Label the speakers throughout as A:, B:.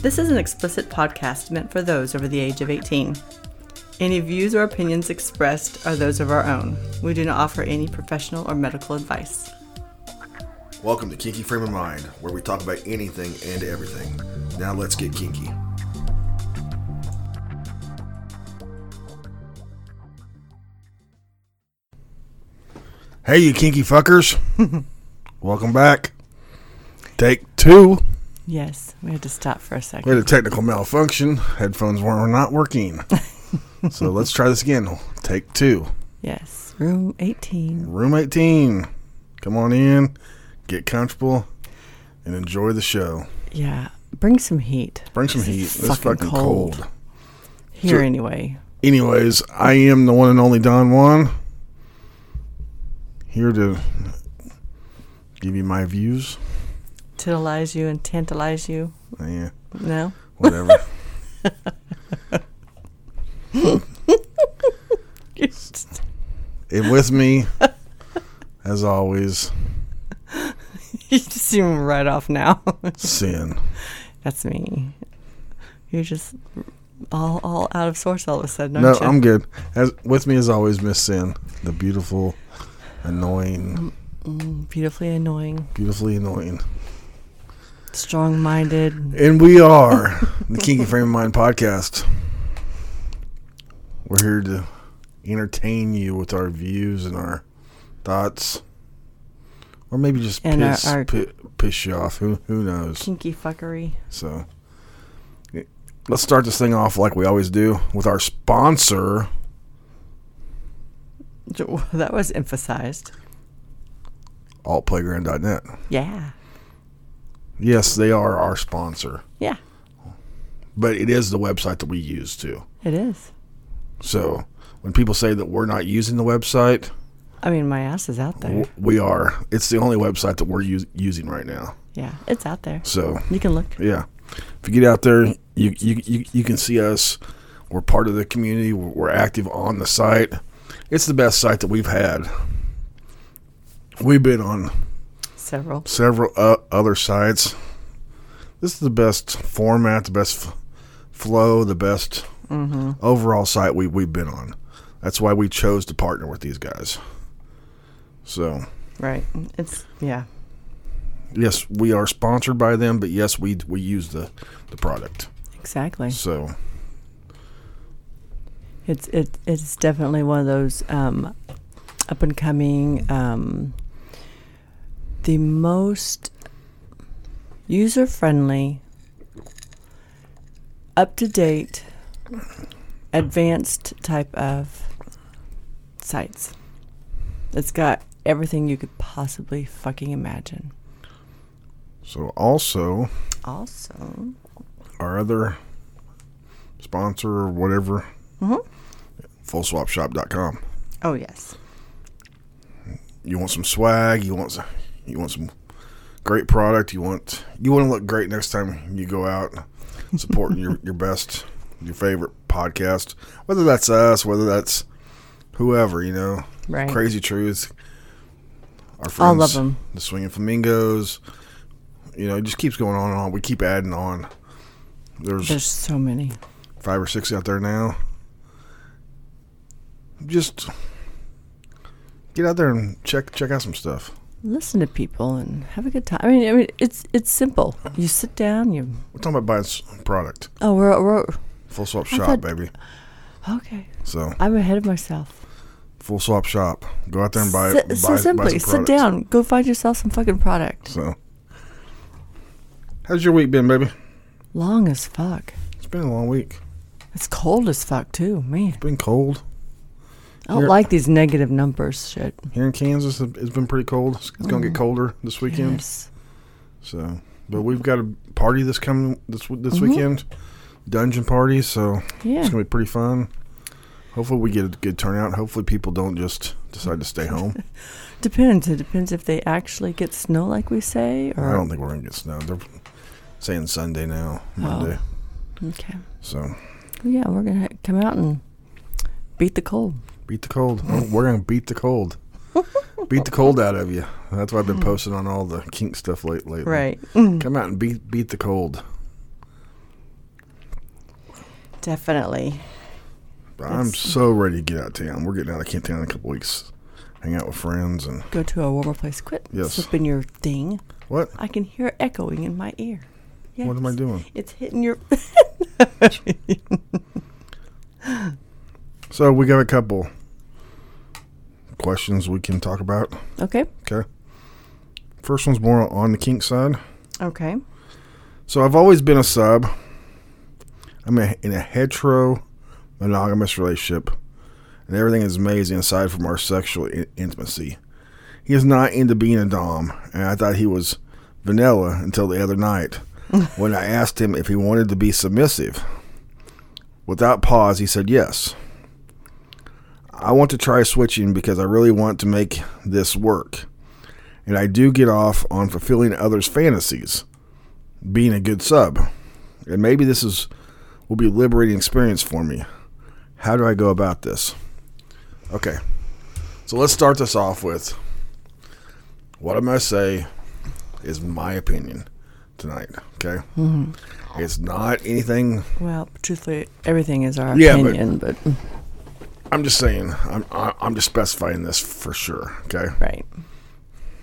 A: This is an explicit podcast meant for those over the age of 18. Any views or opinions expressed are those of our own. We do not offer any professional or medical advice.
B: Welcome to Kinky Frame of Mind, where we talk about anything and everything. Now let's get kinky. Hey, you kinky fuckers. Welcome back. Take two.
A: Yes, we had to stop for a
B: We had
A: second.
B: a technical malfunction. Headphones were not working. so let's try this again. Take two.
A: Yes, room 18.
B: Room 18. Come on in, get comfortable, and enjoy the show.
A: Yeah, bring some heat.
B: Bring some
A: This
B: heat.
A: is
B: It's fucking, cold.
A: Here,
B: So-
A: anyway.
B: Anyways, I am the one and only Don Juan. Here to give you my views.
A: Titillate you and tantalize you.
B: Yeah,
A: No?
B: whatever.
A: You're
B: and with me, as always,
A: just seem right off now.
B: sin.
A: That's me. You're just all all out of source all of a sudden,
B: No,
A: aren't you?
B: I'm good. As with me, as always, Miss Sin, the beautiful, annoying,
A: Mm, beautifully annoying,
B: beautifully annoying.
A: strong minded.
B: And we are the Kinky Frame of Mind podcast. We're here to entertain you with our views and our thoughts, or maybe just
A: And our-
B: piss
A: our-
B: pi- piss you off. Who who knows?
A: Kinky fuckery.
B: So y- let's start this thing off like we always do with our sponsor.
A: That was emphasized.
B: altplayground.net.
A: Yeah.
B: Yes, they are our sponsor,
A: Yeah.
B: but it is the website that we use too.
A: It is.
B: So when people say that we're not using the website,
A: I mean, my ass is out there.
B: W- We are. It's the only website that we're us- using right now.
A: Yeah. It's out there.
B: So
A: You can look.
B: yeah, if you get out there, you you you, you can see us. We're part of the community. We're, we're active on the site. It's the best site that we've had. We've been on
A: Several.
B: several uh, other sites. This is the best format, the best f- flow, the best
A: Mm-hmm.
B: overall site we, we've been on. That's why we chose to partner with these guys. So,
A: Right. It's, yeah.
B: yes, we are sponsored by them, but yes, we we use the the product.
A: Exactly.
B: So
A: It's it it's definitely one of those um, up and coming, um, the most user friendly, up to date, advanced type of sites. It's got everything you could possibly fucking imagine.
B: so also
A: Also,
B: our other sponsor or whatever,
A: Mhm.
B: fullswapshop.com.
A: oh yes,
B: you want some swag you want some, you want some great product you want you want to look great next time you go out supporting your, your best your favorite podcast whether that's us whether that's whoever you know
A: right,
B: crazy truth our friends
A: All of 'em.
B: the swinging flamingos you know it just keeps going on and on we keep adding on there's
A: There's so many.
B: five or six out there now. Just get out there and check check out some stuff.
A: listen to people and have a good time. I mean, I mean, it's it's simple. You sit down. You
B: We're talking about buying s- product,
A: oh, we're, we're
B: full swap
A: I
B: shop,
A: thought-
B: baby.
A: okay.
B: So
A: I'm ahead of myself.
B: full swap shop. Go out there and buy
A: Sit-
B: buy,
A: so
B: buy
A: simply,
B: some
A: sit
B: product.
A: down. Go find yourself some fucking product.
B: So, how's your week been, baby?
A: Long as fuck.
B: It's been a long week.
A: It's cold as fuck too, man.
B: Been cold
A: I don't
B: You're-
A: like these negative numbers shit.
B: here in Kansas. it- It's been pretty cold. It's, it's gonna get colder this weekend.
A: Mm. Yes.
B: So, but we've got a party this coming this w- this
A: Mm-hmm.
B: weekend, dungeon party. So
A: Yeah.
B: It's gonna be pretty fun. Hopefully, we get a good turnout. Hopefully, people don't just decide to stay home.
A: Depends. It depends if they actually get snow like we say or
B: I don't think we're gonna get snow. They're saying Sunday now,
A: Oh.
B: Monday.
A: Okay.
B: So
A: Well, yeah, we're gonna come out and beat the cold.
B: beat the cold. Oh, we're gonna beat the cold. beat the cold out of you. That's what I've been posting on all the kink stuff late lately.
A: Right. Mm.
B: Come out and beat beat the cold.
A: Definitely.
B: I'm
A: That's-
B: so ready to get out of town. We're getting out of Kent Town in a couple weeks. Hang out with friends and
A: Go to a warmer place. Quit
B: Yes.
A: flipping your thing.
B: what?
A: I can hear it echoing in my ear. Yes.
B: What am I doing?
A: It's hitting your.
B: So we got a couple questions we can talk about.
A: okay.
B: Okay. First one's more on the kink side.
A: Okay.
B: So I've always been a sub. I'm a, in a hetero monogamous relationship, and everything is amazing aside from our sexual I- intimacy. He is not into being a dom, and I thought he was vanilla until the other night when I asked him if he wanted to be submissive. Without pause, he said yes. I want to try switching because I really want to make this work. And I do get off on fulfilling others' fantasies being a good sub. And maybe this is will be a liberating experience for me. How do I go about this? Okay. So let's start this off with what I'm gonna say is my opinion tonight. Okay. It's not anything
A: Well, truthfully, everything is our
B: Yeah, but-
A: opinion, but, mm,
B: I'm just saying I'm I- I'm just specifying this for sure. Okay.
A: right.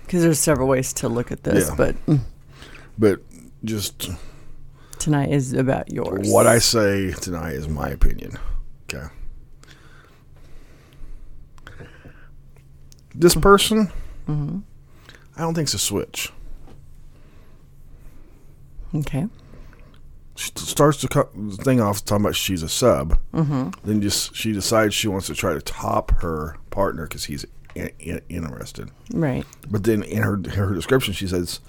A: Because there's several ways to look at this,
B: Yeah.
A: but mm,
B: But just
A: tonight is about yours.
B: what I say tonight is my opinion. Okay. This person, I don't think it's a switch.
A: Okay.
B: She t- starts the co- thing off talking about she's a sub. Mm-hmm. Then just she decides she wants to try to top her partner because he's in, in, interested.
A: Right.
B: But then in her her description, she says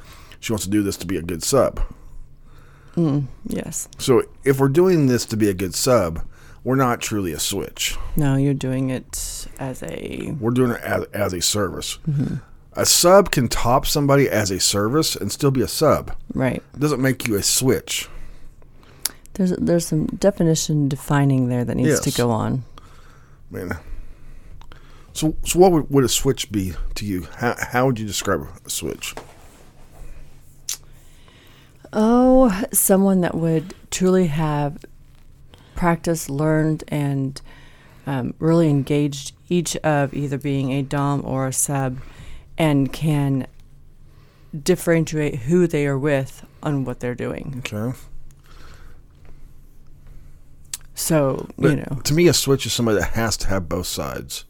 B: she wants to do this to be a good sub.
A: Yes.
B: So if we're doing this to be a good sub, we're not truly a switch.
A: No, you're doing it as a.
B: We're doing it as, as a service. A sub can top somebody as a service and still be a sub.
A: Right.
B: It doesn't make you a switch.
A: There's there's some definition defining there that needs to
B: Yes.
A: go on.
B: I mean, so so what would, would a switch be to you? How how would you describe a switch?
A: Oh, someone that would truly have practiced, learned, and um, really engaged each of either being a dom or a sub, and can differentiate who they are with on what they're doing.
B: Okay,
A: So you know
B: to me, a switch is somebody that has to have both sides.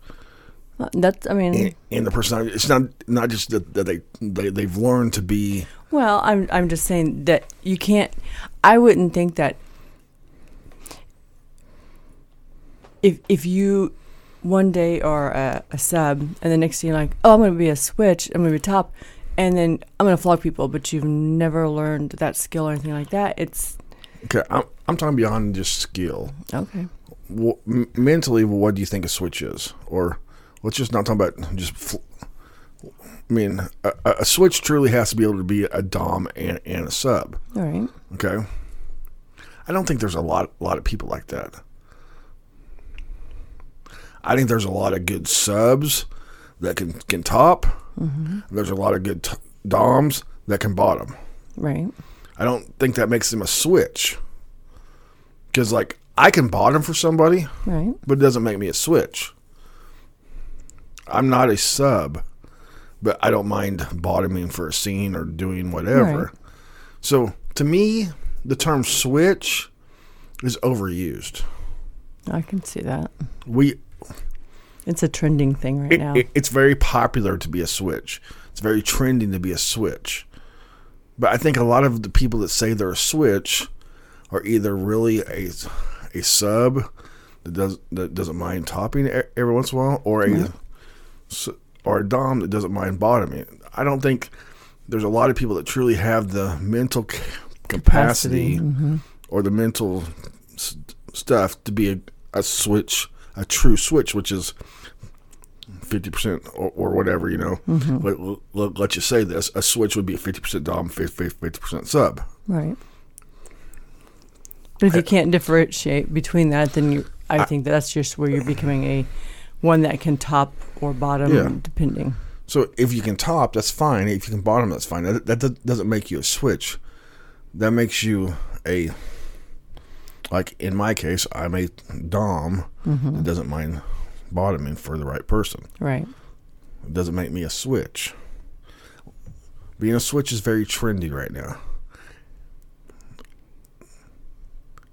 A: that's I mean.
B: And, and the personality, it's not not just that, that they, they they've learned to be
A: Well, I'm I'm just saying that you can't. I wouldn't think that if if you one day are a, a sub and the next day you're like, oh, I'm going to be a switch, I'm going to be top, and then I'm going to flog people, but you've never learned that skill or anything like that. It's
B: okay. I'm I'm talking beyond just skill.
A: okay.
B: Wha- m mentally, what do you think a switch is? Or let's just not talk about just. Fl- I mean, a, a a switch truly has to be able to be a dom and, and a sub.
A: All right.
B: Okay, I don't think there's a lot lot of people like that. I think there's a lot of good subs that can can top.
A: Mm-hmm.
B: There's a lot of good t- doms that can bottom.
A: Right.
B: I don't think that makes them a switch. Because like I can bottom for somebody,
A: Right.
B: but it doesn't make me a switch. I'm not a sub, but I don't mind bottoming for a scene or doing whatever.
A: Right.
B: So to me, the term switch is overused.
A: I can see that.
B: We
A: It's a trending thing right
B: it,
A: now.
B: it- it's very popular to be a switch. It's very trending to be a switch. But I think a lot of the people that say they're a switch are either really a a sub that does that doesn't mind topping e- every once in a while, or a s- or a dom that doesn't mind bottoming. I don't think there's a lot of people that truly have the mental c- capacity,
A: Capacity,
B: or the mental st- stuff to be a, a switch, a true switch, which is fifty percent or, or whatever you know. Let, let, let you say this: a switch would be fifty percent dom, fifty percent sub.
A: Right. But if you can't differentiate between that, then you, I, think that's just where you're becoming a one that can top or bottom,
B: Yeah.
A: depending.
B: So if you can top, that's fine. If you can bottom, that's fine. That, that do- doesn't make you a switch. That makes you a Like in my case, I'm a dom that doesn't mind bottoming for the right person.
A: Right.
B: It doesn't make me a switch. Being a switch is very trendy right now.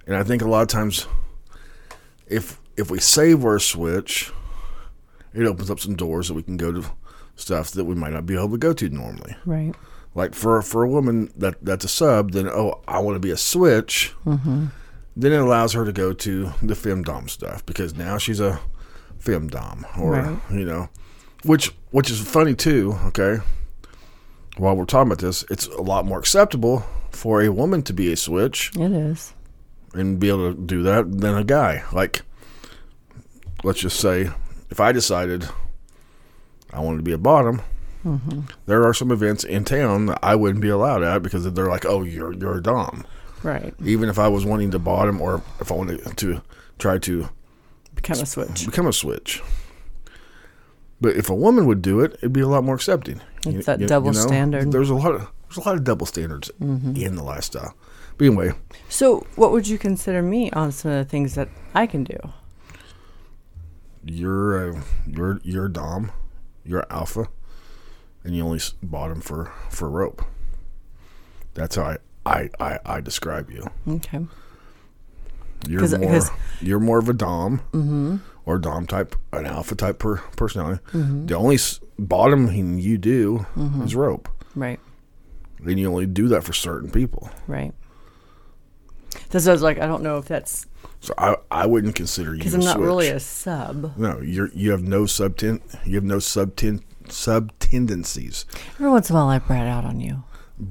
B: And I think a lot of times if if we save our switch, it opens up some doors that we can go to stuff that we might not be able to go to normally.
A: Right.
B: Like for for a woman that that's a sub, then oh I want to be a switch.
A: Mm-hmm.
B: Then it allows her to go to the femdom stuff because now she's a femdom, or
A: Right.
B: you know, which which is funny too. Okay, while we're talking about this, it's a lot more acceptable for a woman to be a switch
A: It is.
B: and be able to do that than a guy. Like, let's just say, if I decided I wanted to be a bottom,
A: Mm-hmm.
B: there are some events in town that I wouldn't be allowed at because they're like, "Oh, you're you're a dom."
A: Right.
B: Even if I was wanting to bottom, or if I wanted to try to
A: Become a switch.
B: become a switch. But if a woman would do it, it'd be a lot more accepting.
A: It's that double standard.
B: There's a lot of there's a lot of double standards
A: Mm-hmm.
B: in the lifestyle. But anyway,
A: So, what would you consider me on some of the things that I can do?
B: you're a, you're you're a dom, you're a alpha, and you only s- bottom for for rope. That's how I I I, I describe you.
A: Okay.
B: You're
A: 'Cause-
B: more
A: 'cause- Mm-hmm.
B: you're more of a dom or dom type, an alpha type per personality.
A: Mm-hmm.
B: The only s- bottom thing you do is rope,
A: Right.
B: and you only do that for certain people.
A: Right. That's what I was like. I don't know if that's
B: So I I wouldn't consider you
A: because
B: a
A: I'm not
B: switch.
A: really a sub.
B: no. You're you have no sub you have no sub sub tendencies.
A: Every once in a while, I brat out on you.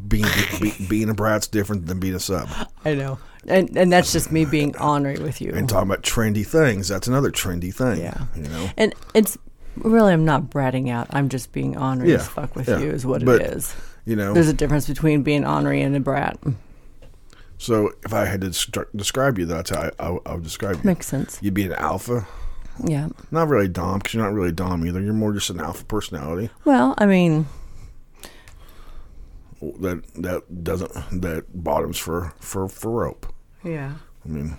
B: being be, being a brat's different than being a sub.
A: I know, and and that's just me being ornery with you.
B: And talking about trendy things, that's another trendy thing.
A: Yeah.
B: you know.
A: And it's really, I'm not bratting out. I'm just being ornery
B: Yeah,
A: as fuck with
B: yeah.
A: you, is what
B: But-
A: it is.
B: You know.
A: There's a difference between being ornery and a brat.
B: so if I had to destru- describe you, that's how I, I, I would describe you.
A: Makes sense.
B: You'd be an alpha,
A: Yeah.
B: not really dom, because you're not really dom either. You're more just an alpha personality
A: Well, I mean,
B: that that doesn't that bottoms for for for rope.
A: yeah.
B: I mean,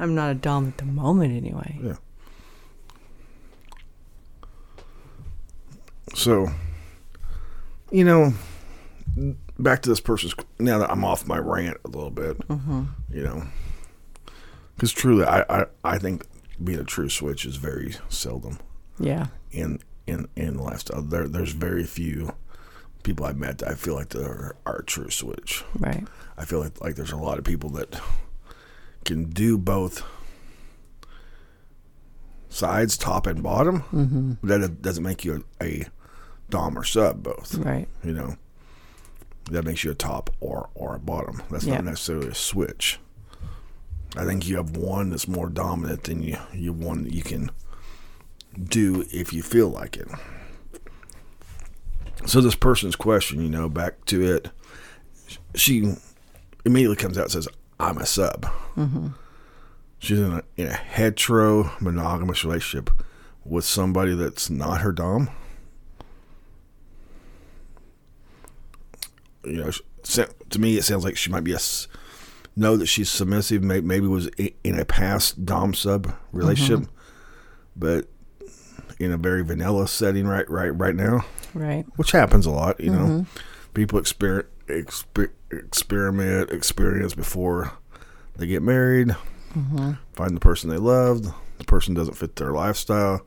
A: I'm not a dom at the moment, anyway.
B: yeah. So, you know, back to this person's. Now that I'm off my rant a little bit,
A: Uh-huh. Mm-hmm.
B: you know, because truly, I, I I think being a true switch is very seldom
A: Yeah.
B: in in in the lifestyle. There there's very few people I've met that I feel like that are, are a true switch.
A: Right.
B: I feel like like there's a lot of people that can do both sides, top and bottom. Mm-hmm. But that doesn't make you a, a dom or sub both.
A: Right.
B: You know, that makes you a top or or a bottom. That's
A: Yeah.
B: not necessarily a switch. I think you have one that's more dominant than you you one that you can do if you feel like it. So this person's question, you know, back to it, she immediately comes out and says, "I'm a sub." She's in a in a hetero monogamous relationship with somebody that's not her dom. you know, sa- to me, it sounds like she might be a s- know that she's submissive. may- Maybe was i- in a past dom sub relationship, but in a very vanilla setting right right right now,
A: Right.
B: which happens a lot. You know, people exper- exper- experiment experience before they get married, find the person they loved. The person doesn't fit their lifestyle.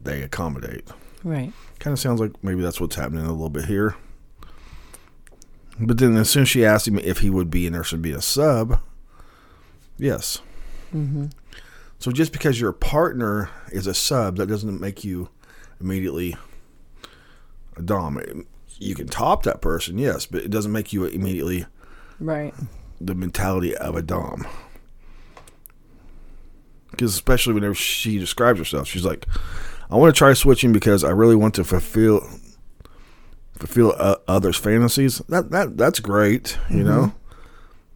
B: They accommodate
A: Right.
B: kind of sounds like maybe that's what's happening a little bit here. But then as soon as she asked him if he would be interested in being a sub, yes. So just because your partner is a sub, that doesn't make you immediately a dom. You can top that person, yes, but it doesn't make you immediately
A: Right.
B: the mentality of a dom. Because especially whenever she describes herself, she's like, "I want to try switching because I really want to fulfill fulfill uh, others' fantasies." That that that's great, you know.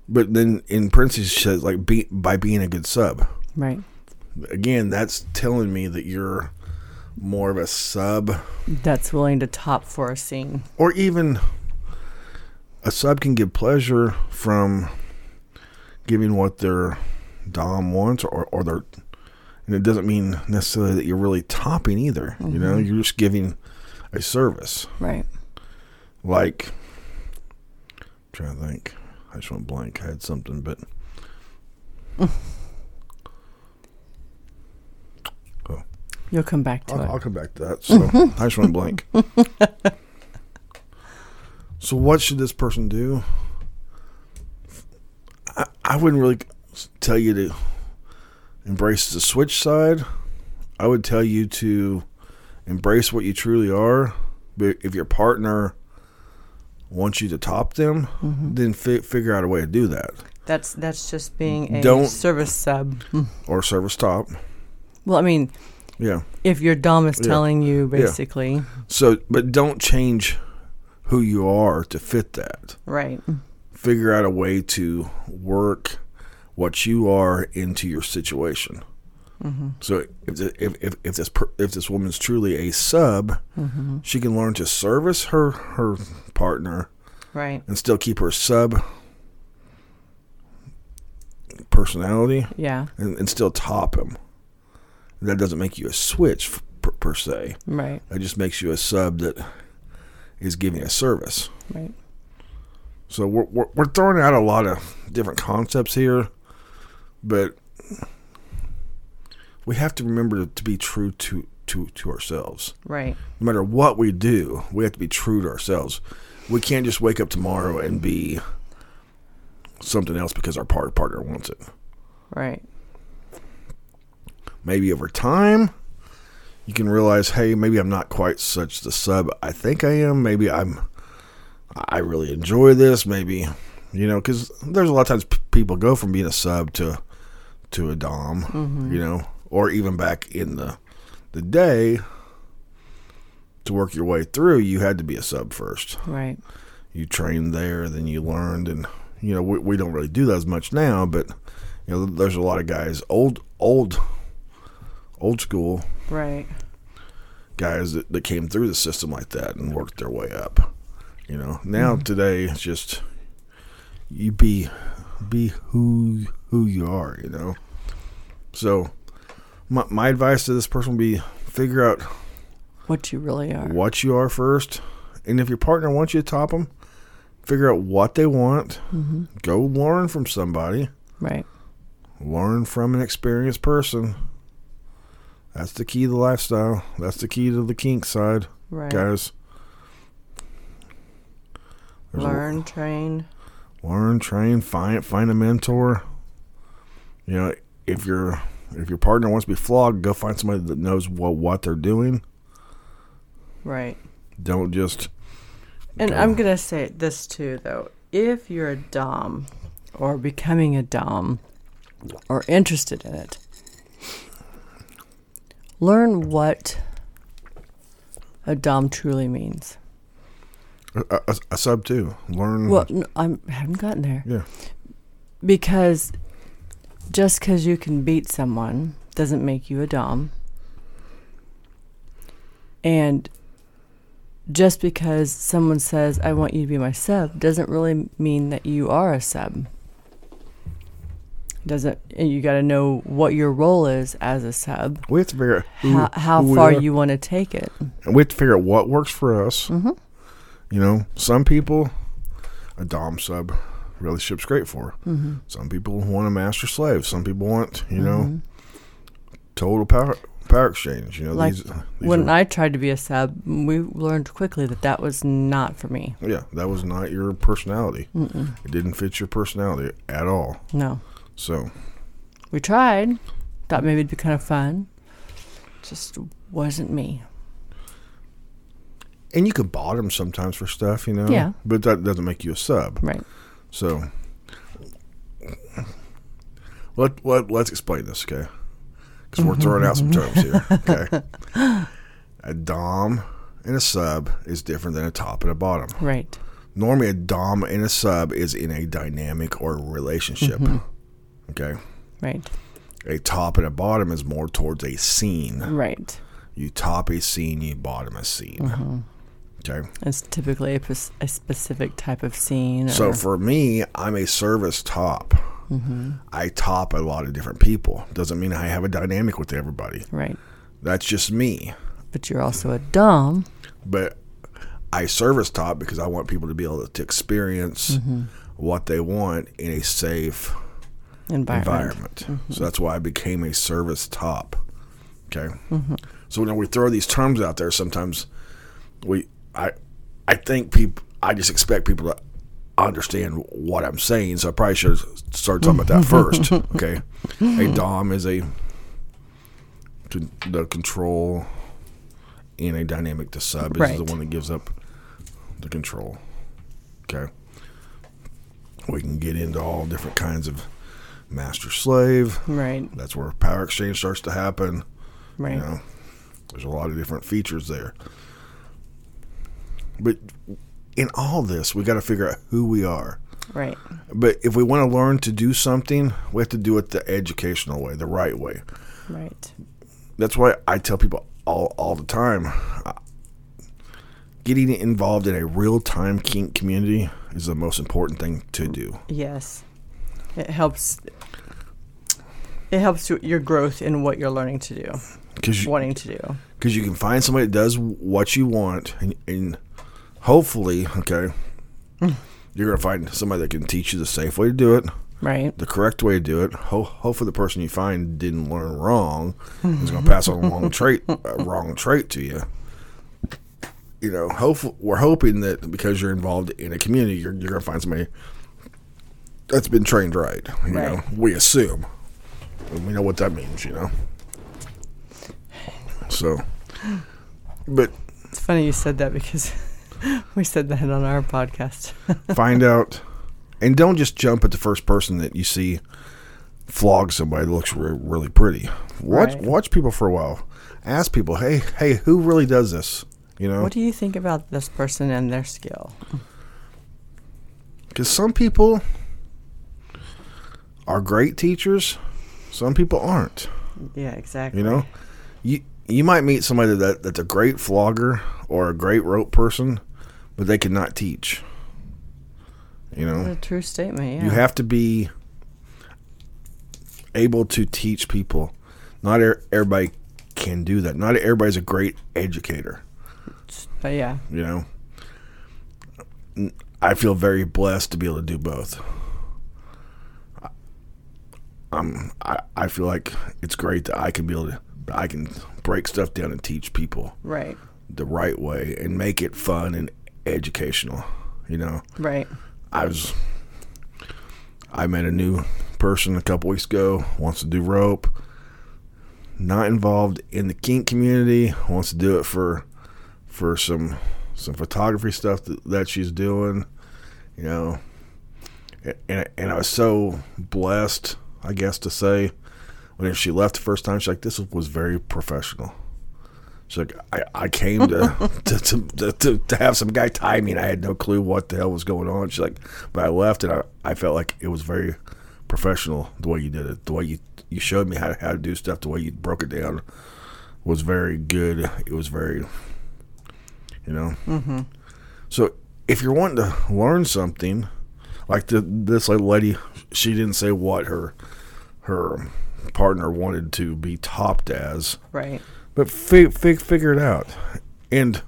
B: But then in parentheses, she says like, be, "By being a good sub."
A: Right.
B: Again, that's telling me that you're more of a sub,
A: That's willing to top for a scene.
B: or even a sub can give pleasure from giving what their dom wants or, or their and it doesn't mean necessarily that you're really topping either you know you're just giving a service
A: Right.
B: like I'm trying to think i just went blank i had something but
A: You'll come back to
B: I'll,
A: it.
B: I'll come back to that so i just went blank so what should this person do I, I wouldn't really tell you to embrace the switch side i would tell you to embrace what you truly are but if your partner wants you to top them then fi- figure out a way to do that
A: That's that's just being a
B: Don't-
A: service sub.
B: or service top
A: Well, I mean,
B: yeah
A: if your dom is
B: Yeah.
A: telling you basically,
B: so but don't change who you are to fit that
A: right?
B: figure out a way to work what you are into your situation.
A: Mm-hmm.
B: So if, the- if, if, if this per, if this woman's truly a sub, she can learn to service her her partner
A: Right.
B: and still keep her sub personality
A: Yeah.
B: and, and still top him. That doesn't make you a switch f- per, per se.
A: Right.
B: That just makes you a sub that is giving a service.
A: Right.
B: So we're, we're, we're throwing out a lot of different concepts here, but we have to remember to be true to, to, to ourselves.
A: Right.
B: No matter what we do, we have to be true to ourselves. We can't just wake up tomorrow and be something else because our par- partner wants it.
A: Right.
B: Maybe over time, you can realize, hey, maybe I'm not quite such the sub I think I am. Maybe I'm, I really enjoy this. Maybe, you know, because there's a lot of times p- people go from being a sub to, to a dom, you know, or even back in the, the day. To work your way through, you had to be a sub first.
A: Right.
B: You trained there, then you learned, and you know we, we don't really do that as much now. But you know, there's a lot of guys, old old old school
A: Right.
B: guys that, that came through the system like that and worked their way up. You know, now today it's just you be be who who you are. You know, so my my advice to this person would be figure out
A: What you really are.
B: what you are first, and if your partner wants you to top them, figure out what they want.
A: Mm-hmm.
B: Go learn from somebody.
A: Right.
B: Learn from an experienced person. That's the key to lifestyle. That's the key to the kink side
A: Right.
B: guys. There's a-
A: Learn, train.
B: learn, train, find find a mentor. You know, if your if your partner wants to be flogged, go find somebody that knows what what they're doing.
A: Right.
B: Don't just
A: And
B: Okay.
A: I'm going to say this too, though. If you're a Dom or becoming a Dom or interested in it, learn what a Dom truly means.
B: a, a, a sub too. Learn.
A: Well, n- I'm, I haven't gotten there.
B: Mm-hmm. Yeah.
A: Because just because you can beat someone doesn't make you a Dom. And just because someone says, I want you to be my sub, doesn't really mean that you are a sub. Doesn't, and you got to know what your role is as a sub,
B: We have to figure out who,
A: how, how
B: who we
A: far
B: are.
A: you want to take it.
B: And we have to figure out what works for us. You know, some people a dom sub relationship's great for. Some people want a master slave. Some people want you
A: Mm-hmm.
B: know total power power exchange. You know,
A: Like,
B: these, these
A: When
B: are-
A: I tried to be a sub, we learned quickly that that was not for me.
B: yeah, that was not your personality. It didn't fit your personality at all.
A: No.
B: So
A: We tried. Thought maybe it'd be kind of fun. Just wasn't me.
B: and you could bottom sometimes for stuff, you know.
A: Yeah.
B: But that doesn't make you a sub.
A: Right.
B: So let, let let's explain this, okay? Because we're throwing out some terms here. Okay, a dom and a sub is different than a top and a bottom.
A: Right.
B: Normally, a dom and a sub is in a dynamic or relationship. Okay,
A: Right.
B: a top and a bottom is more towards a scene.
A: Right.
B: You top a scene, you bottom a scene. Okay.
A: It's typically a, pers- a specific type of scene.
B: So
A: or-
B: for me, I'm a service top. I top a lot of different people. Doesn't mean I have a dynamic with everybody.
A: Right.
B: That's just me.
A: But you're also a dumb.
B: But I service top because I want people to be able to experience what they want in a safe
A: Environment. Mm-hmm.
B: environment. So that's why I became a service top. Okay.
A: Mm-hmm.
B: So when we throw these terms out there, sometimes we I I think people I just expect people to understand what I'm saying. So I probably should start talking about that first. Okay. A dom is a con- the control in a dynamic. The sub is the
A: Right.
B: one that gives up the control. Okay. We can get into all different kinds of master slave.
A: Right.
B: That's where power exchange starts to happen.
A: Right.
B: You know, there's a lot of different features there. But in all this, we got to figure out who we are.
A: Right.
B: But if we want to learn to do something, we have to do it the educational way, the right way.
A: Right.
B: That's why I tell people all all the time, uh, getting involved in a real time kink community is the most important thing to do.
A: Yes. It helps. It helps you- your growth in what you're learning to do,
B: Because
A: wanting to do.
B: because you can find somebody that does what you want, and, and hopefully, okay, you're gonna find somebody that can teach you the safe way to do it,
A: Right.
B: the correct way to do it. Ho- hopefully, the person you find didn't learn wrong is gonna pass on a wrong trait, a wrong trait to you. You know, hopeful, we're hoping that because you're involved in a community, you're, you're gonna find somebody that's been trained right. You know,
A: Right.
B: we assume, and we know what that means. You know, so. But
A: It's funny you said that because we said that on our podcast.
B: find out and don't just jump at the first person that you see flog somebody that looks re- really pretty watch
A: Right.
B: watch people for a while ask people hey hey who really does this you know
A: What do you think about this person and their skill?
B: because some people are great teachers some people aren't
A: Yeah, exactly.
B: you know you you might meet somebody that that's a great flogger or a great rope person but they cannot teach you know
A: What a true statement. Yeah.
B: You have to be able to teach people. Not er- everybody can do that. Not everybody's a great educator,
A: Uh, yeah.
B: you know. N- I feel very blessed to be able to do both. I- I'm, I, I feel like it's great that I can be able to that I can break stuff down and teach people
A: Right.
B: the right way and make it fun and educational, you know.
A: Right.
B: I was I met a new person a couple weeks ago, wants to do rope. Not involved in the kink community, wants to do it for for some some photography stuff that, that she's doing, you know. A- And and I was so blessed, I guess to say, when she left the first time, she's like, "This was very professional." She's like, I, I came to to, to, to- to to have some guy tie me, and I had no clue what the hell was going on. She's like, but I left, and I, I felt like it was very professional the way you did it, the way you you showed me how to, how to do stuff, the way you broke it down was very good. It was very, you know. Mm-hmm. So if you're wanting to learn something, like the, this lady, she didn't say what her her partner wanted to be topped as
A: Right.
B: but fi- fi- figure it out. And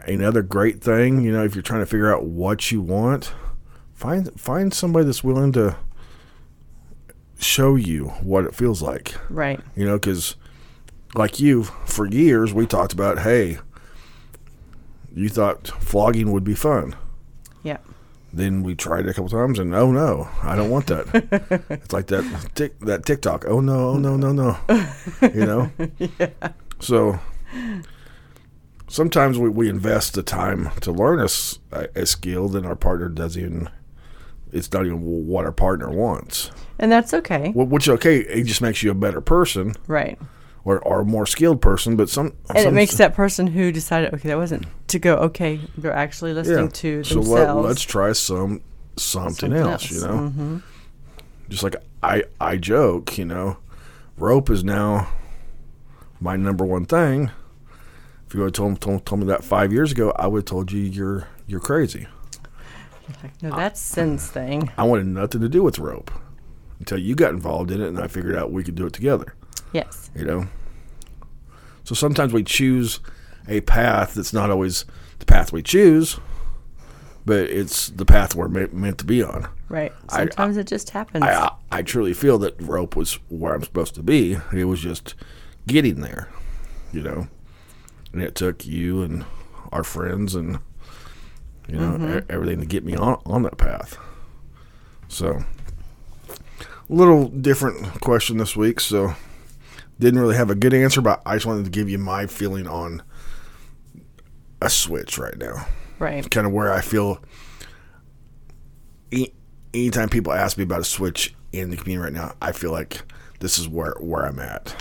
B: another great thing, you know, if you're trying to figure out what you want, find find somebody that's willing to show you what it feels like.
A: Right.
B: You know, because like you, for years we talked about, hey, you thought flogging would be fun
A: Yeah.
B: then we tried it a couple times and oh no i don't want that it's like that tick that tiktok oh no oh no no no you know so sometimes we, we invest the time to learn a, s- a- a skill then our partner doesn't even it's not even what our partner wants
A: And that's okay.
B: Wh- which okay it just makes you a better person
A: Right.
B: or, or a more skilled person but some
A: And it
B: some-
A: makes that person who decided, okay, that wasn't to go, okay, they're actually listening to
B: so
A: themselves.
B: let, let's try some
A: Something
B: something,
A: Mm-hmm. else.
B: else, you know just like i i joke you know rope is now my number one thing if you would have told, told, told me that five years ago i would have told you you're you're crazy
A: Like, no, that's Sin's thing.
B: I wanted nothing to do with rope until you got involved in it, and I figured out we could do it together.
A: Yes.
B: You know. So sometimes we choose a path that's not always the path we choose, but it's the path we're me- meant to be on.
A: Right.
B: I-
A: Sometimes it just happens.
B: I, uh, I I truly feel that rope was where I'm supposed to be. It was just getting there, you know. And it took you and our friends and you know e- everything to get me on on that path. So, little different question this week. So, didn't really have a good answer, but I just wanted to give you my feeling on a switch right now
A: right.
B: kind of where I feel. Any, anytime people ask me about a switch in the community right now, I feel like this is where where I'm at.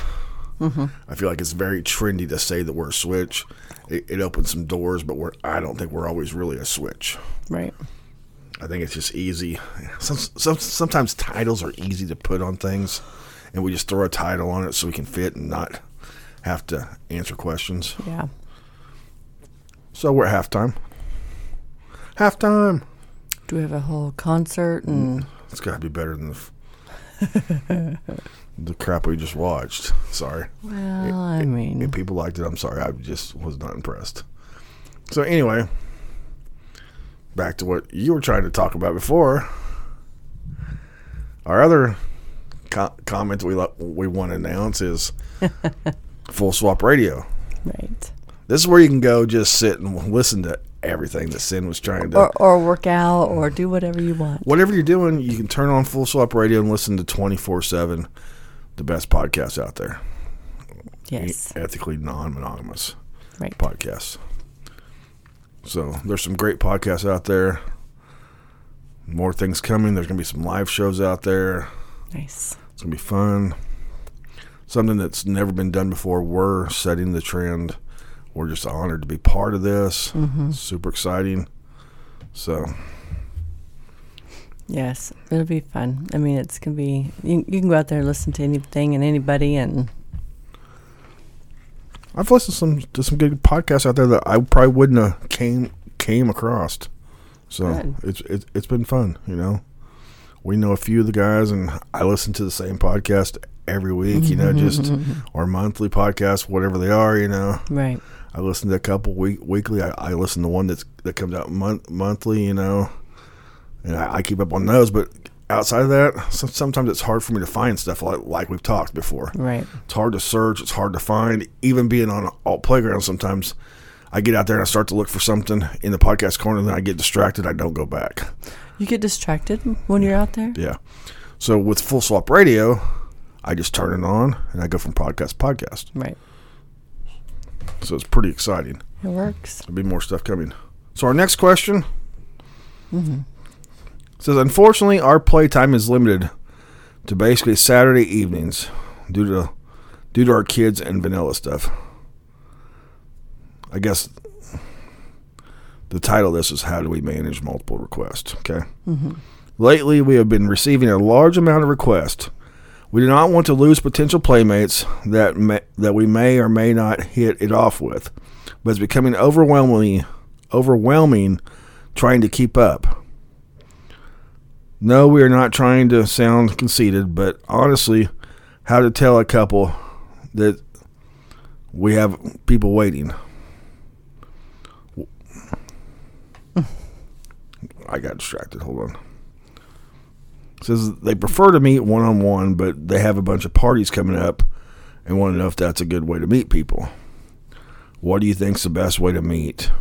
B: I feel like it's very trendy to say that we're a switch. It, it opens some doors, but we're I don't think we're always really a switch.
A: Right.
B: I think it's just easy. Some, some, sometimes titles are easy to put on things, and we just throw a title on it so we can fit and not have to answer questions.
A: Yeah.
B: So we're at halftime. Halftime.
A: Do we have a whole concert and
B: It's got to be better than the f- the crap we just watched. Sorry.
A: well, Oh, I mean,
B: If people liked it, I'm sorry. I just was not impressed. So anyway, back to what you were trying to talk about before. Our other co- comment we lo- we want to announce is Full Swap Radio.
A: right.
B: This is where you can go just sit and listen to everything that Sin was trying to
A: Or, or work out or do whatever you want.
B: whatever you're doing, you can turn on Full Swap Radio and listen to 24 7, the best podcasts out there.
A: Yes.
B: Ethically non monogamous
A: Right.
B: podcasts. So there's some great podcasts out there. More things coming. There's going to be some live shows out there.
A: Nice.
B: It's going to be fun. Something that's never been done before. We're setting the trend. We're just honored to be part of this. Super exciting. So,
A: Yes. It'll be fun. I mean, it's going to be, you, you can go out there and listen to anything and anybody and
B: I've listened to some to some good podcasts out there that I probably wouldn't have came came across. So
A: Good.
B: it's it's it's been fun, you know. We know a few of the guys, and I listen to the same podcast every week, you know,
A: Mm-hmm,
B: just or monthly podcast, whatever they are, you know.
A: right.
B: I listen to a couple week weekly. I, I listen to one that's that comes out month monthly, you know, and I, I keep up on those. But outside of that, some, sometimes it's hard for me to find stuff like like we've talked before.
A: Right.
B: It's hard to search. It's hard to find. Even being on alt playground, sometimes I get out there and I start to look for something in the podcast corner, and then I get distracted. I don't go back.
A: You get distracted when you're out there.
B: Yeah. So with Full Swap Radio, I just turn it on and I go from podcast to podcast.
A: Right.
B: So it's pretty exciting.
A: It works.
B: There'll be more stuff coming. So our next question says, unfortunately, our playtime is limited to basically Saturday evenings due to due to our kids and vanilla stuff. I guess the title of this is how do we manage multiple requests? Okay. Lately, we have been receiving a large amount of requests. We do not want to lose potential playmates that may, that we may or may not hit it off with, but it's becoming overwhelmingly overwhelming trying to keep up. No, we are not trying to sound conceited, but honestly, how to tell a couple that we have people waiting. I got distracted. Hold on. Says they prefer to meet one on one, but they have a bunch of parties coming up and want to know if that's a good way to meet people. What do you think's the best way to meet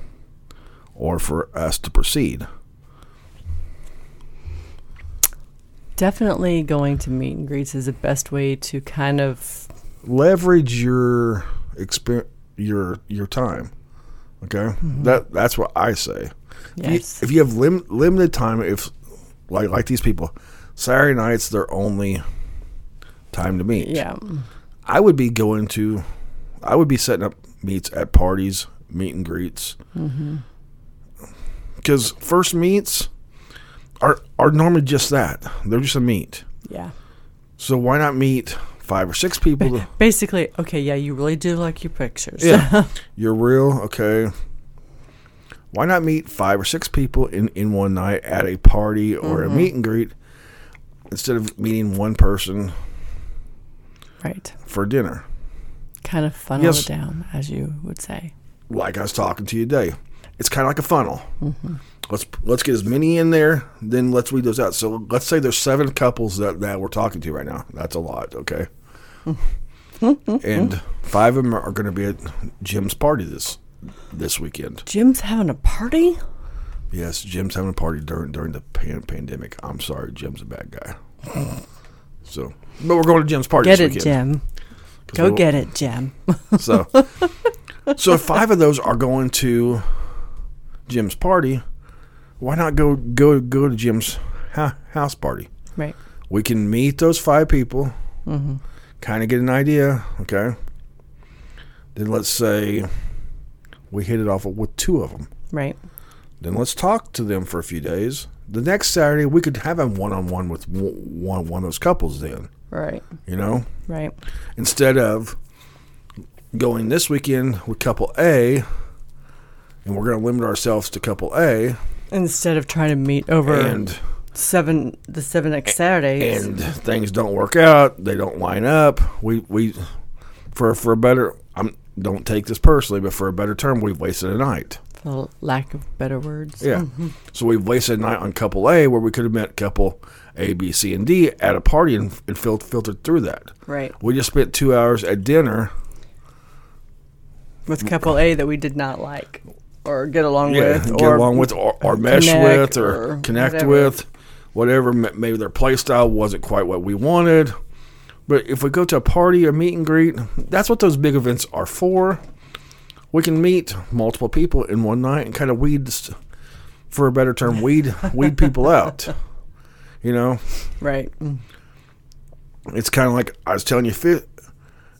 B: or for us to proceed?
A: Definitely going to meet and greets is the best way to kind of
B: leverage your exper- your your time. Okay, that that's what I say. If you-
A: Mm-hmm. yes.
B: If you have lim- limited time, if like like these people, Saturday nights their only time to meet.
A: yeah.
B: I would be going to, I would be setting up meets at parties, meet and greets, because first meets are are normally just that. They're just a meet.
A: Yeah.
B: So why not meet five or six people? to-
A: Basically, okay, yeah, you really do like your pictures.
B: Yeah. You're real, okay. Why not meet five or six people in, in one night at a party or a meet and greet instead of meeting one person
A: Right.
B: for dinner?
A: Kind of funnel
B: Yes.
A: it down, as you would say.
B: Like I was talking to you today, it's kind of like a funnel. Mm-hmm. Let's let's get as many in there, then let's weed those out. So let's say there's seven couples that, that we're talking to right now. That's a lot, okay?
A: Mm-hmm.
B: and five of them are going to be at Jim's party this this weekend.
A: Jim's having a party?
B: Yes, Jim's having a party during during the pan- pandemic. I'm sorry, Jim's a bad guy. so, but we're going to Jim's party.
A: Get
B: this
A: it,
B: weekend,
A: Jim.
B: 'cause
A: Go
B: we'll-
A: get it, Jim.
B: So, so if five of those are going to Jim's party, why not go go go to Jim's ha- house party?
A: right.
B: We can meet those five people,
A: Mm-hmm.
B: kind of get an idea. Okay. Then let's say we hit it off with two of them.
A: Right.
B: Then let's talk to them for a few days. The next Saturday, we could have a one on one with w- one, one of those couples, then,
A: Right.
B: you know?
A: Right.
B: Instead of going this weekend with couple A, and we're going to limit ourselves to couple A,
A: Instead of trying to meet over
B: and
A: seven the seven next Saturdays.
B: and things don't work out, they don't line up. We, we for, for a better, I'm, don't take this personally, but for a better term, we've wasted a night.
A: for lack of better words.
B: Yeah. So we've wasted a night on couple A where we could have met couple A, B, C, and D at a party and, and fil- filtered through that.
A: Right.
B: We just spent two hours at dinner.
A: With couple A that we did not like or get along with
B: get
A: or
B: along with or, or mesh
A: connect
B: with or,
A: or
B: connect
A: whatever.
B: with, whatever. M- Maybe their play style wasn't quite what we wanted. But if we go to a party or meet and greet, that's what those big events are for. We can meet multiple people in one night and kind of weed, s- for a better term, weed weed people out. You know,
A: right. Mm.
B: it's kind of like I was telling you fi-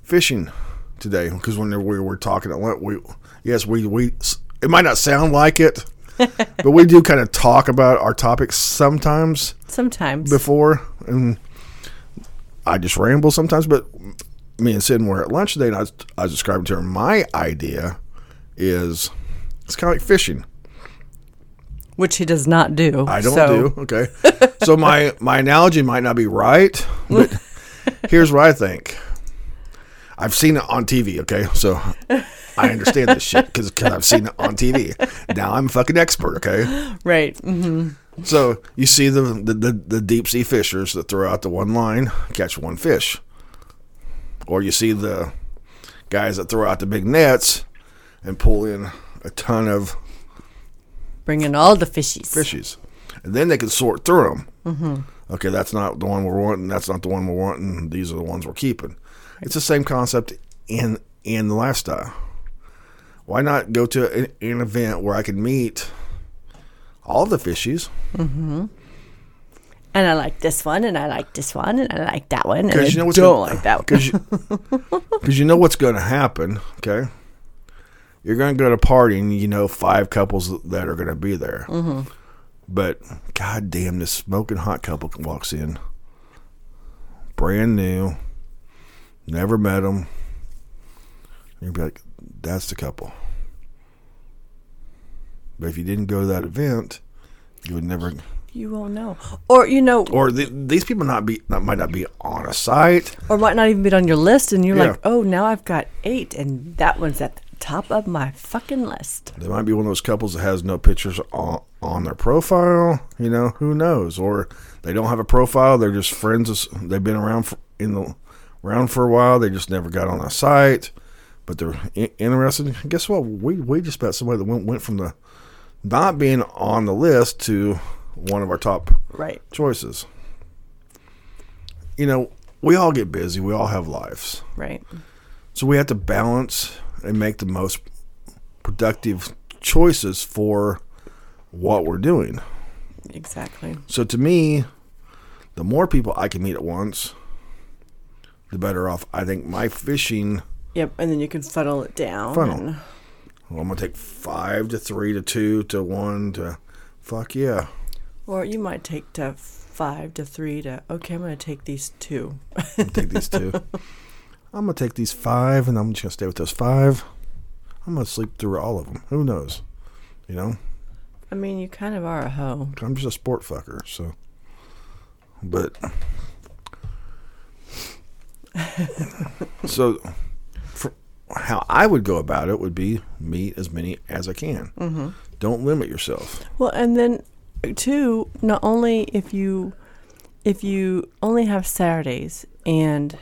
B: fishing today because when we were talking at lunch, we yes we we it might not sound like it, but we do kind of talk about our topics sometimes
A: Sometimes.
B: before, and I just ramble sometimes. But me and Sid were at lunch today, and I was, I was describing to her my idea is it's kind of like fishing.
A: which he does not do.
B: I don't
A: so-
B: do. Okay. so my my analogy might not be right, but here's what I think. I've seen it on TV, okay? So I understand this shit because I've seen it on TV. Now I'm a fucking expert, okay?
A: Right. hmm
B: So you see the the, the, the deep sea fishers that throw out the one line, catch one fish. Or you see the guys that throw out the big nets and pull in a ton of
A: Bring in all the fishies.
B: fishies, and then they can sort through them. Mm-hmm. Okay, that's not the one we're wanting. That's not the one we're wanting. These are the ones we're keeping. It's the same concept in in the lifestyle. Why not go to an, an event where I can meet all the fishies?
A: And I like this one, and I like this one, and I like that one, and I
B: Because you know what's
A: don't
B: gonna-
A: like that one.
B: Because you, 'cause you know what's going to happen. Okay, you're going to go to a party and you know five couples that are going to be there. But goddamn, this smoking hot couple walks in, brand new, never met them. You'd be like, "That's the couple." But if you didn't go to that event, you would never.
A: You won't know, or you know,
B: Or th these people not be not, might not be on a site.
A: or might not even be on your list, and you're
B: Yeah.
A: like, oh, now I've got eight, and that one's at the top of my fucking list.
B: They might be one of those couples that has no pictures on, on their profile. You know, who knows? Or they don't have a profile. They're just friends. as- They've been around for, in the around for a while. They just never got on a site, but they're in, interested. Guess what? We we just met somebody that went went from the not being on the list to one of our top
A: Right.
B: choices. You know, we all get busy. We all have lives.
A: Right.
B: So we have to balance and make the most productive choices for what we're doing.
A: Exactly.
B: So to me, the more people I can meet at once, the better off I think my fishing.
A: Yep. And then you can funnel it down.
B: Funnel.
A: and-
B: Well, I'm gonna take five to three to two to one to, fuck yeah,
A: or you might take to five to three to okay. I'm going to take these two.
B: I'm gonna take these two. I'm gonna take these five, and I'm just gonna stay with those five. I'm gonna sleep through all of them. Who knows? You know,
A: I mean, you kind of are a hoe.
B: I'm just a sport fucker. So, but so for how I would go about it would be meet as many as I can. Mm-hmm. Don't limit yourself.
A: Well, and then two, not only if you if you only have Saturdays and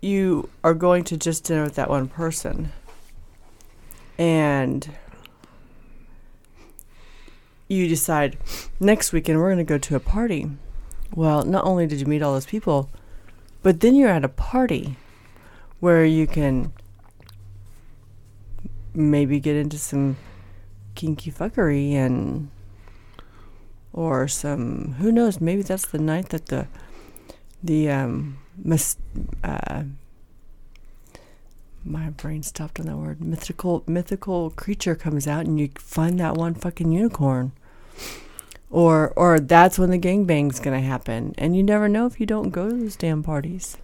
A: you are going to just dinner with that one person and you decide next weekend we're going to go to a party. Well, not only did you meet all those people, but then you're at a party where you can maybe get into some kinky fuckery and or some who knows maybe that's the night that the the um mis- uh, my brain stopped on that word mythical mythical creature comes out and you find that one fucking unicorn or or that's when the gangbang's gonna happen and you never know if you don't go to those damn parties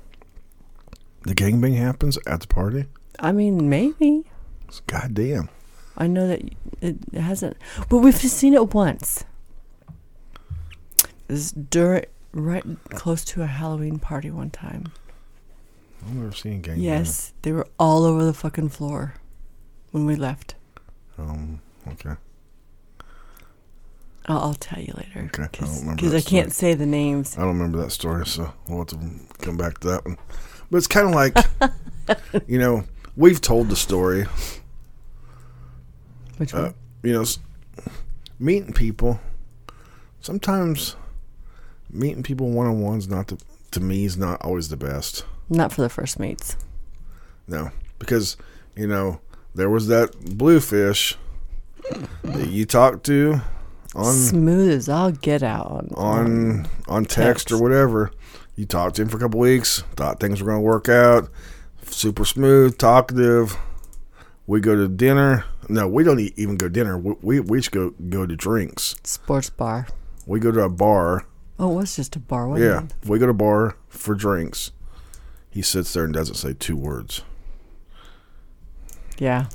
B: The gangbang happens at the party.
A: i mean maybe
B: It's goddamn.
A: I know that y- it it hasn't, but we've just seen it once. It was during right close to a Halloween party one time.
B: I've never seen gangbang.
A: Yes, they were all over the fucking floor when we left.
B: Um. Okay.
A: I'll, I'll tell you later
B: Okay, I don't
A: because
B: remember
A: I
B: that story.
A: can't say the names.
B: I don't remember that story, so we'll have to come back to that one. But it's kind of like, you know, we've told the story.
A: Which
B: Uh,
A: one?
B: you know, s- meeting people. Sometimes meeting people one on one's not the to me is not always the best.
A: Not for the first meets.
B: No, because you know there was that bluefish that you talked to on
A: Smooth as I'll get out on.
B: on on text,
A: Text.
B: or whatever. You talked to him for a couple weeks, thought things were going to work out, super smooth, talkative. We go to dinner. No, we don't e- even go to dinner. We we, we just go go to drinks.
A: sports bar.
B: We go to a bar.
A: Oh, it was just a bar. Wasn't
B: Yeah,
A: it?
B: we go to a bar for drinks. He sits there and doesn't say two words.
A: Yeah.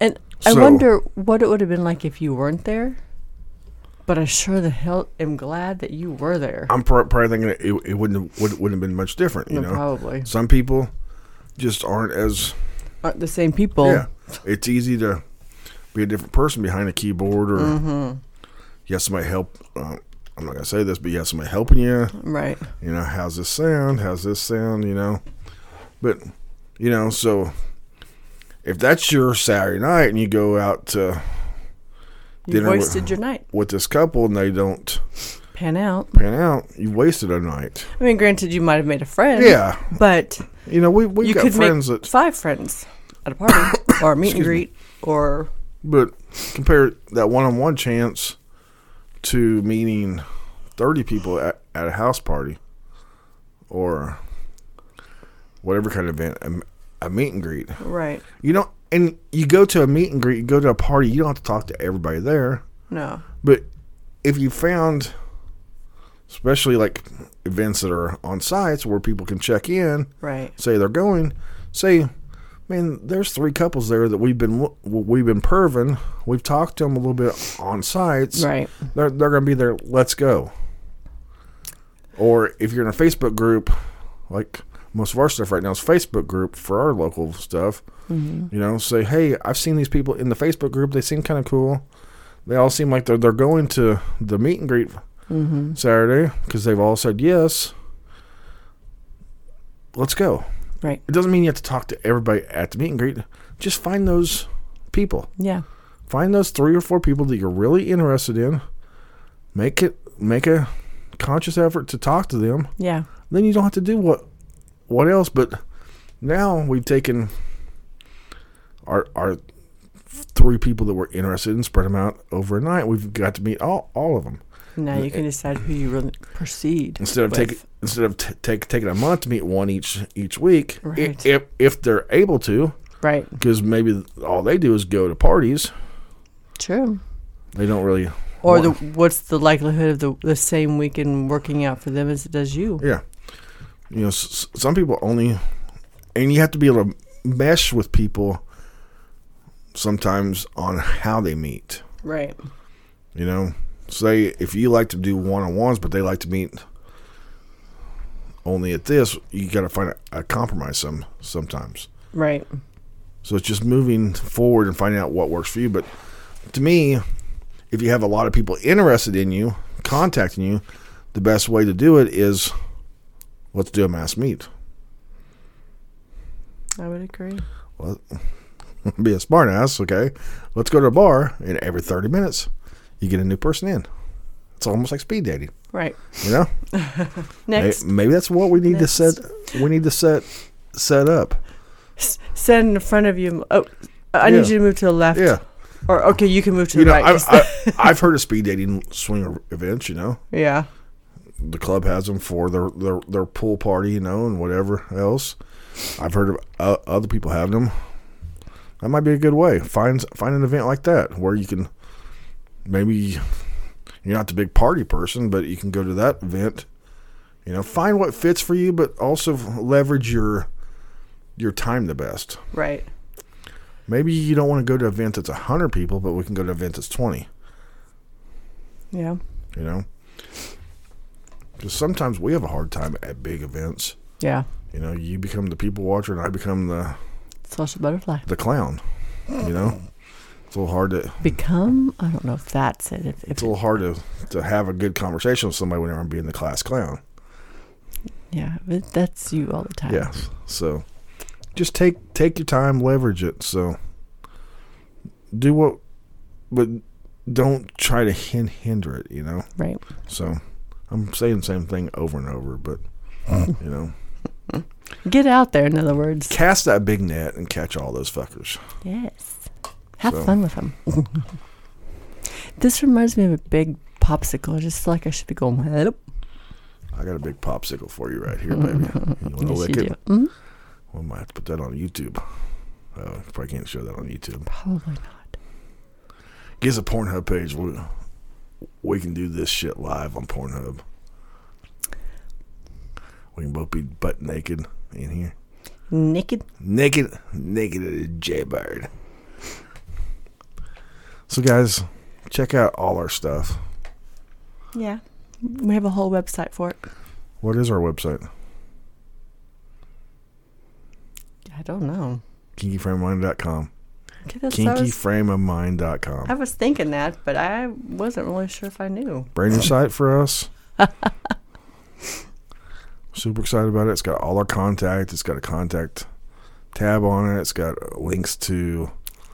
A: And I
B: So-
A: wonder what it would have been like if you weren't there. But I sure the hell am glad that you were there.
B: I'm pro- probably thinking it, it wouldn't have, would, wouldn't have been much different. You
A: No,
B: know,
A: probably.
B: some people just aren't as
A: Aren't the same people.
B: Yeah, it's easy to be a different person behind a keyboard, or you have somebody help. Uh, I'm not gonna say this, but you have somebody helping you.
A: Right.
B: You know, how's this sound? How's this sound? You know, but you know, so if that's your Saturday night and you go out to,
A: You
B: Dinner with-
A: wasted your night.
B: with this couple and they don't
A: Pan out.
B: pan out, you wasted a night.
A: I mean, granted, you might have made a friend.
B: Yeah,
A: But
B: you know, we we've
A: you
B: got
A: could
B: friends
A: make
B: that,
A: five friends at a party or a meet and
B: Excuse me.
A: greet or.
B: but compare that one-on-one chance to meeting thirty people at, at a house party. or whatever kind of event, a, a meet and greet.
A: Right.
B: You don't, and you go to a meet and greet, you go to a party, you don't have to talk to everybody there.
A: No.
B: But if you found, especially like events that are on sites where people can check in,
A: Right.
B: say they're going, say, man, there's three couples there that we've been lo- we've been perving. We've talked to them a little bit on sites.
A: Right.
B: They're, they're going to be there. Let's go. Or if you're in a Facebook group, like most of our stuff right now is Facebook group for our local stuff, you know, say, hey, I've seen these people in the Facebook group. They seem kind of cool. They all seem like they're, they're going to the meet and greet
A: Mm-hmm.
B: Saturday because they've all said yes. Let's go.
A: Right.
B: It doesn't mean you have to talk to everybody at the meet and greet. Just find those people
A: Yeah.
B: find those three or four people that you're really interested in make it make a conscious effort to talk to them
A: Yeah.
B: then you don't have to do what what else but now we've taken our our three people that we're interested in spread them out overnight we've got to meet all, all of them
A: Now you can decide who you really proceed.
B: instead of
A: with.
B: taking instead of t- take, taking a month to meet one each each week i-
A: Right.
B: if if they're able to
A: Right.
B: because maybe all they do is go to parties
A: True.
B: they don't really
A: Or
B: want-
A: the what's the likelihood of the the same weekend working out for them as it does you?
B: Yeah. You know, s- s- some people only, and you have to be able to mesh with people sometimes on how they meet.
A: Right.
B: You know, say if you like to do one on ones, but they like to meet only at this, you got to find a, a compromise some sometimes.
A: Right.
B: So it's just moving forward and finding out what works for you. But to me, if you have a lot of people interested in you, contacting you, the best way to do it is let's do a mass meet.
A: I would agree.
B: Well, be a smart ass, okay? Let's go to a bar, and every 30 minutes, you get a new person in. It's almost like speed dating,
A: Right.
B: you know? May-
A: Next,
B: Maybe that's what we need
A: Next.
B: to set. We need to set set up.
A: S- send in front of you. Oh, I
B: Yeah.
A: need you to move to the left.
B: Yeah,
A: Or okay, you can move to
B: you
A: the
B: know,
A: right.
B: I've,
A: 'cause-
B: I, I've heard of speed dating swinger events. You know,
A: yeah.
B: the club has them for their their, their pool party, you know, and whatever else. I've heard of uh, other people having them. That might be a good way. Find find an event like that where you can maybe you're not the big party person, but you can go to that event. You know, find what fits for you, but also leverage your your time the best.
A: Right.
B: Maybe you don't want to go to an event that's 100 people, but we can go to an event that's 20,
A: Yeah.
B: you know? Because sometimes we have a hard time at big events.
A: Yeah.
B: You know, you become the people watcher and I become the,
A: Social butterfly.
B: the clown, you know? It's a little hard to
A: Become. I don't know if that's it. If, if
B: it's a little hard to, to have a good conversation with somebody whenever I'm being the class clown.
A: yeah, but that's you all the time.
B: Yeah. So just take take your time, leverage it. So do what but don't try to hin- hinder it, you know?
A: Right.
B: So I'm saying the same thing over and over, but you know,
A: Get out there. In other words.
B: cast that big net and catch all those fuckers.
A: Yes. Have
B: So-
A: fun with them. this reminds me of a big popsicle. I just feel like I should be going. "Help."
B: I got a big popsicle for you right here, baby. You want to
A: Yes,
B: lick
A: you
B: it?
A: do. Mhm.
B: We might have to put that on YouTube. Oh, probably can't show that on YouTube.
A: Probably not.
B: Get us a Pornhub page. We, we can do this shit live on Pornhub. We can both be butt naked in here.
A: Naked.
B: Naked, naked as a jaybird. So, guys, check out all our stuff.
A: Yeah. We have a whole website for it.
B: What is our website?
A: I don't know.
B: KinkyFrameOfMind.com.
A: Okay, that's I, was, I
B: KinkyFrameOfMind.com.
A: was thinking that, but I wasn't really sure if I knew.
B: Brand new site for us. Super excited about it. It's got all our contact. It's got a contact tab on it. It's got links to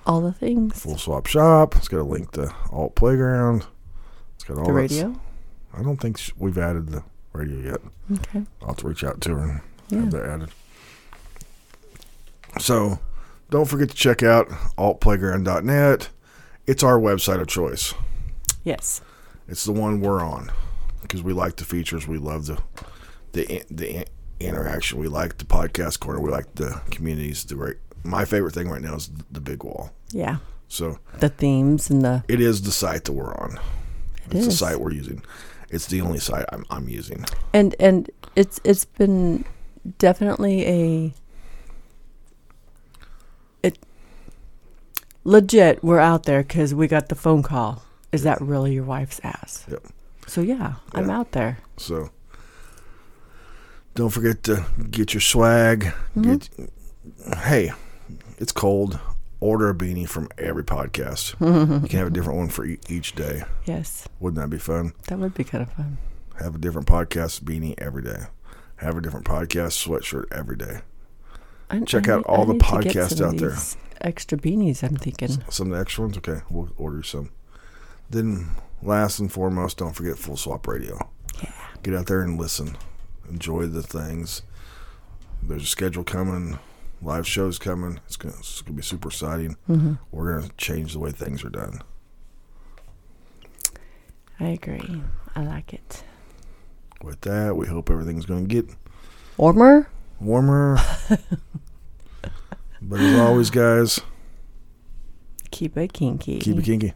A: All the things.
B: Full Swap Shop. It's got a link to Alt Playground. It's got all
A: the
B: that
A: radio.
B: s- I don't think sh- we've added the radio yet.
A: Okay.
B: I'll have to reach out to her and
A: Yeah.
B: have that added. So don't forget to check out altplayground.net. It's our website of choice.
A: Yes.
B: It's the one we're on because we like the features. We love the the in- the in- interaction. We like the podcast corner. We like the communities. The great. My favorite thing right now is the big wall.
A: Yeah.
B: So
A: The themes and the.
B: it is the site that we're on.
A: It
B: it's the
A: is.
B: site we're using. It's the only site I'm, I'm using.
A: and and it's it's been definitely a it legit we're out there because we got the phone call is that really your wife's ass
B: Yep.
A: so yeah, i'm
B: Yeah.
A: out there
B: So don't forget to get your swag.
A: Mhm.
B: Get- hey, it's cold. Order a beanie from every podcast. You can have a different one for e- each day.
A: yes
B: Wouldn't that be fun?
A: that would be kind of fun
B: Have a different podcast beanie every day. Have a different podcast sweatshirt every day.
A: I,
B: Check
A: I
B: out
A: need-
B: all
A: I
B: the
A: need to get
B: podcasts
A: some of
B: out there.
A: these extra beanies i'm thinking
B: Some of the extra ones? Okay, we'll order some. Then, last and foremost, don't forget Full Swap Radio.
A: Yeah.
B: Get out there and listen. Enjoy the things. There's a schedule coming, live shows coming. It's going to be super exciting.
A: mm-hmm.
B: We're going to change the way things are done.
A: i agree i like it
B: With that, we hope everything's going to get
A: warmer
B: warmer. but as always, guys,
A: keep it kinky
B: keep it kinky.